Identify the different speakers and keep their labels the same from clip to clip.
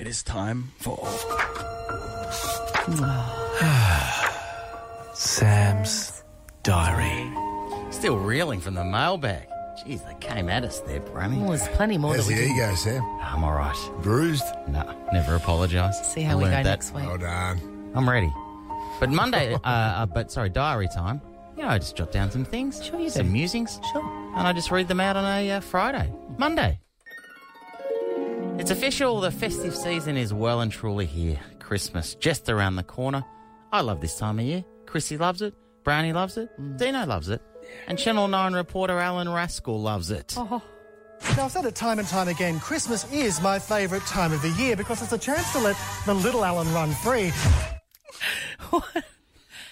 Speaker 1: it is time for
Speaker 2: Sam's diary.
Speaker 3: Still reeling from the mailbag. Jeez, they came at us there,
Speaker 4: Well,
Speaker 3: Brammy.
Speaker 4: there's plenty more
Speaker 5: How's
Speaker 4: that
Speaker 5: the
Speaker 4: we can
Speaker 5: ego, Sam?
Speaker 3: I'm all right.
Speaker 5: Bruised?
Speaker 3: No, never apologise.
Speaker 4: see
Speaker 3: I
Speaker 4: how we go
Speaker 3: learned that.
Speaker 4: next week.
Speaker 5: Hold on.
Speaker 3: I'm ready. But Monday, uh, uh, but sorry, diary time. You know, I just jot down some things.
Speaker 4: Sure you
Speaker 3: some
Speaker 4: do.
Speaker 3: musings.
Speaker 4: Sure.
Speaker 3: and I just read them out on a uh, Friday, Monday. It's official, the festive season is well and truly here. Christmas just around the corner. I love this time of year. Chrissy loves it, Brownie loves it,
Speaker 4: Mm.
Speaker 3: Dino loves it, and Channel 9 reporter Alan Raskell loves it.
Speaker 4: Oh.
Speaker 6: Now, I've said it time and time again Christmas is my favourite time of the year because it's a chance to let the little Alan run free.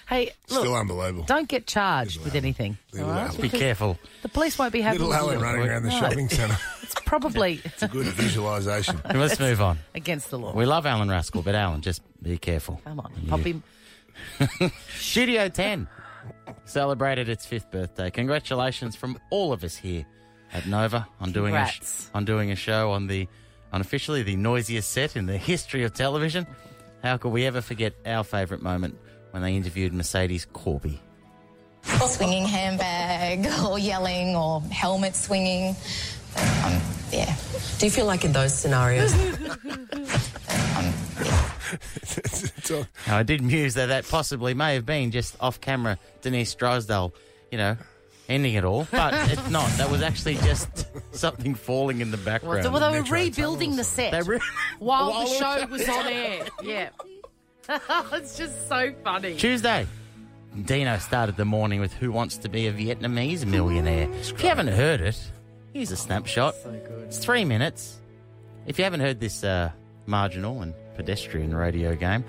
Speaker 4: Hey, look,
Speaker 5: Still unbelievable.
Speaker 4: don't get charged with anything.
Speaker 5: Little
Speaker 4: all right?
Speaker 5: Alan.
Speaker 3: Be careful.
Speaker 4: The police won't be happy.
Speaker 5: Little
Speaker 4: with
Speaker 5: Alan
Speaker 4: you.
Speaker 5: running around the shopping centre.
Speaker 4: It's probably
Speaker 5: Good visualisation.
Speaker 3: Let's move on.
Speaker 4: against the law.
Speaker 3: We love Alan Raskell, but Alan, just be careful.
Speaker 4: Come on, pop him.
Speaker 3: Studio 10 celebrated its fifth birthday. Congratulations from all of us here at Nova on doing a sh-
Speaker 4: Congrats.
Speaker 3: on doing a show on the unofficially the noisiest set in the history of television. How could we ever forget our favourite moment when they interviewed Mercedes Corby?
Speaker 7: Or swinging handbag, or yelling, or helmet swinging. But, um, yeah.
Speaker 8: Do you feel like in those scenarios,
Speaker 5: It's all-
Speaker 3: Now, I did muse that that possibly may have been just off camera Denise Drysdale, you know, ending it all, but it's not. That was actually just something falling in the background.
Speaker 4: Well, they were
Speaker 5: Metro
Speaker 4: rebuilding the set
Speaker 3: They re-
Speaker 4: while
Speaker 3: While
Speaker 4: the
Speaker 3: it-
Speaker 4: show was on air. Yeah. it's just so funny.
Speaker 3: Tuesday. Dino started the morning with Who Wants to Be a Vietnamese Millionaire. If you haven't heard it, here's a snapshot. It's three minutes. If you haven't heard this uh, marginal and pedestrian radio game,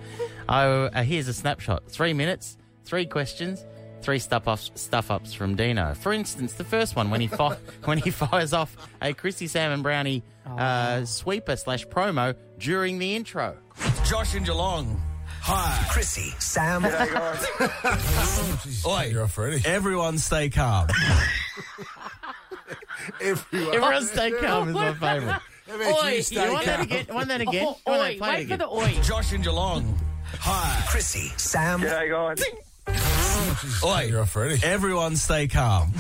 Speaker 3: oh, uh, here's a snapshot. Three minutes, three questions, three stuff ups, stuff ups from Dino. For instance, the first one when he fi- when he fires off a Christy Sam and Brownie uh, sweeper slash promo during the intro.
Speaker 1: Josh in Geelong. Hi.
Speaker 2: Chrissy, Sam,
Speaker 9: Oh
Speaker 5: You're
Speaker 1: Oi.
Speaker 5: off already.
Speaker 1: Everyone stay calm.
Speaker 5: Everyone.
Speaker 3: Everyone stay calm is my favourite.
Speaker 5: Everyone
Speaker 3: Oi,
Speaker 5: stay
Speaker 3: you want that
Speaker 5: calm.
Speaker 3: again? Want that again?
Speaker 4: Oh,
Speaker 3: Want that
Speaker 4: oi,
Speaker 3: played
Speaker 4: wait for
Speaker 3: again?
Speaker 4: the oi.
Speaker 1: Josh in Geelong. Hi.
Speaker 2: Chrissy, Sam,
Speaker 9: G'day, guys.
Speaker 1: Oi.
Speaker 5: You're off already.
Speaker 1: Everyone stay calm.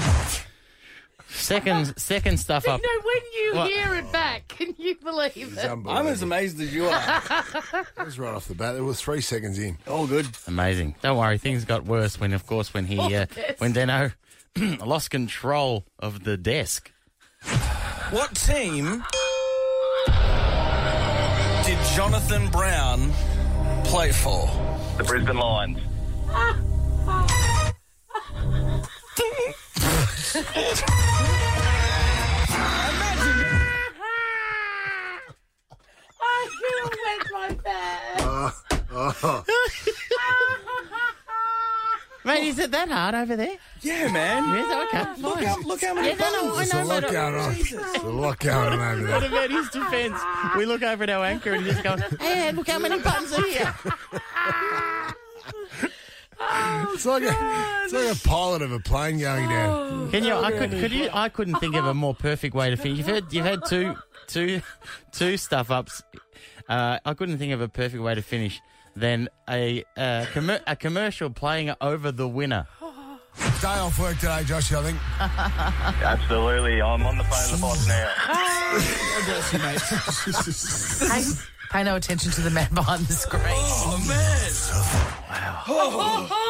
Speaker 3: Second, second stuff
Speaker 4: You know,
Speaker 3: up.
Speaker 4: when you
Speaker 3: What?
Speaker 4: hear it back, can you believe
Speaker 5: It's
Speaker 4: it?
Speaker 1: I'm as
Speaker 5: unbelievable.
Speaker 1: amazed as you are.
Speaker 5: That was right off the bat. It was three seconds in.
Speaker 1: All good.
Speaker 3: Amazing. Don't worry, things got worse when, of course, when he, uh,
Speaker 4: yes.
Speaker 3: when Deno lost control of the desk.
Speaker 1: What team did Jonathan Brown play for?
Speaker 9: The Brisbane Lions.
Speaker 4: I feel wet my bed.
Speaker 3: Mate, is it that hard over there?
Speaker 1: Yeah, man.
Speaker 3: Yes, okay.
Speaker 1: Ah, Look how, look how many
Speaker 3: Yeah, no, no, I
Speaker 5: There's a
Speaker 3: know,
Speaker 5: lot
Speaker 3: but-
Speaker 5: going on. There's a lot going on over
Speaker 3: What
Speaker 5: there.
Speaker 3: about his defence? We look over at our anchor and he's going, hey, look how many buttons are here.
Speaker 5: It's like, a, it's like a pilot of a plane going down.
Speaker 3: Can you? I could. Could you? I couldn't think of a more perfect way to finish. You've had. You've had two, two, two stuff ups. Uh, I couldn't think of a perfect way to finish than a uh, commer a commercial playing over the winner.
Speaker 5: Day off work today, Josh, I think.
Speaker 9: Absolutely. I'm on the phone to the boss now.
Speaker 4: Hey, pay no attention to the man behind the screen.
Speaker 1: Oh, man.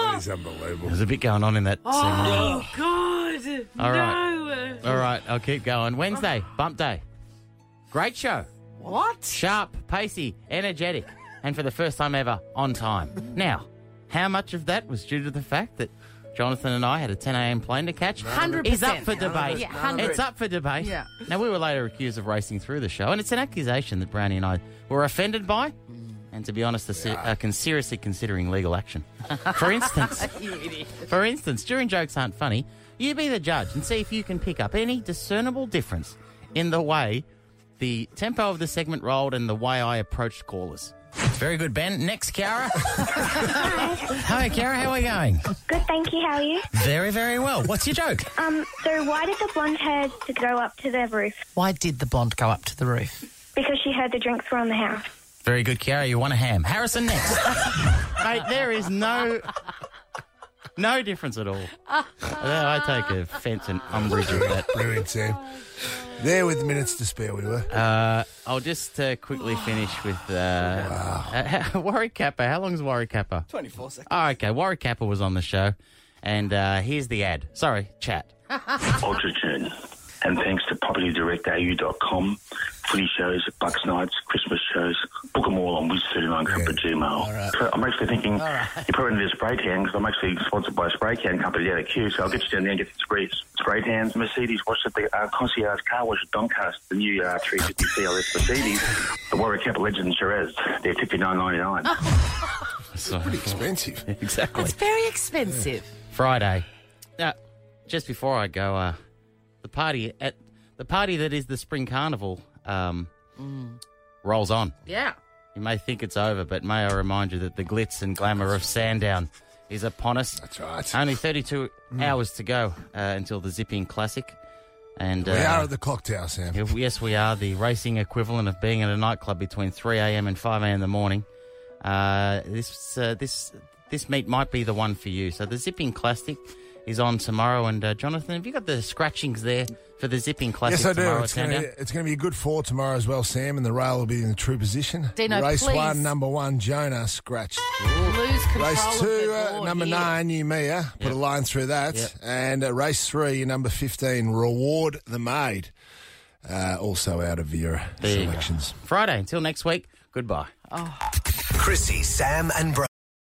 Speaker 5: That is unbelievable.
Speaker 3: There's a bit going on in that. segment.
Speaker 4: Oh, God.
Speaker 3: All right. All right. I'll keep going. Wednesday, bump day. Great show.
Speaker 4: What?
Speaker 3: Sharp, pacey, energetic, and for the first time ever, on time. Now, how much of that was due to the fact that Jonathan and I had a 10 a.m. plane to catch?
Speaker 4: 100%.
Speaker 3: Is up for debate.
Speaker 4: Yeah, 100.
Speaker 3: It's up for debate.
Speaker 4: Yeah.
Speaker 3: Now, we were later accused of racing through the show, and it's an accusation that Brownie and I were offended by, and to be honest, are, se- are con- seriously considering legal action. For instance, for instance, during Jokes Aren't Funny, you be the judge and see if you can pick up any discernible difference in the way the tempo of the segment rolled and the way I approached callers. Very good, Ben. Next, Kiara. Hi, Kiara. How are you going?
Speaker 10: Good, thank you. How are you?
Speaker 3: Very, very well. What's your joke?
Speaker 10: Um, so why did the blonde hair to go up to the roof?
Speaker 4: Why did the blonde go up to the roof?
Speaker 10: Because she heard the drinks were on the house.
Speaker 3: Very good, Kiara. You want a ham. Harrison next. Mate, there is no no difference at all. Uh, I take offence and umbrage at that.
Speaker 5: Brilliant, Sam. There with minutes to spare, we were.
Speaker 3: Uh, I'll just uh, quickly finish with uh, uh, Warwick Kappa. How long's Warwick Kappa?
Speaker 1: 24 seconds.
Speaker 3: Oh, okay. Warwick Kappa was on the show, and uh, here's the ad. Sorry, chat.
Speaker 9: UltraTune. And thanks to PropertyDirectAU.com, footy shows, Bucks nights, Christmas shows, book them all on Wiz39Cup at Gmail. So I'm actually thinking, you probably need a spray tan because I'm actually sponsored by a spray can company out of Q, so I'll get you down there and get some sprays. Spray tans, Mercedes, wash at the uh, concierge car wash at Doncaster, the new uh, 350 CLS Mercedes, the Warwick Capital Legend Shiraz. They're 59.99.
Speaker 3: So-
Speaker 5: Pretty expensive.
Speaker 3: exactly.
Speaker 4: It's very expensive.
Speaker 3: Friday. Now, just before I go, uh, the party at the party that is the Spring Carnival um,
Speaker 5: Mm.
Speaker 3: rolls on.
Speaker 4: Yeah.
Speaker 3: You may think it's over, but may I remind you that the glitz and glamour of Sandown is upon us.
Speaker 5: That's right.
Speaker 3: Only 32
Speaker 5: Mm.
Speaker 3: hours to go uh, until the Zipping Classic. And
Speaker 5: we are
Speaker 3: uh,
Speaker 5: at the clock tower, Sam.
Speaker 3: yes, we are the racing equivalent of being at a nightclub between 3 a.m. and 5 a.m. in the morning. Uh, this uh, this this meet might be the one for you. So the Zipping Classic is on tomorrow. And uh, Jonathan, have you got the scratchings there for the Zipping Classic
Speaker 5: Yes, I do.
Speaker 3: tomorrow?
Speaker 5: It's going,
Speaker 3: Sandown?
Speaker 5: to, it's going to be a good four tomorrow as well, Sam, and the rail will be in the true position.
Speaker 4: Dino,
Speaker 5: Race
Speaker 4: please.
Speaker 5: one, number one, Jonah, scratched.
Speaker 4: Lose control
Speaker 5: Race two,
Speaker 4: of the
Speaker 5: uh,
Speaker 4: board
Speaker 5: number
Speaker 4: here.
Speaker 5: nine, you Mia. Put a line through that.
Speaker 3: Yep.
Speaker 5: And uh, race three, number 15, Reward the Maid. Uh, also out of your
Speaker 3: There you go.
Speaker 5: selections.
Speaker 3: Friday. Until next week. Goodbye.
Speaker 2: Chrissy, Sam, and Bro.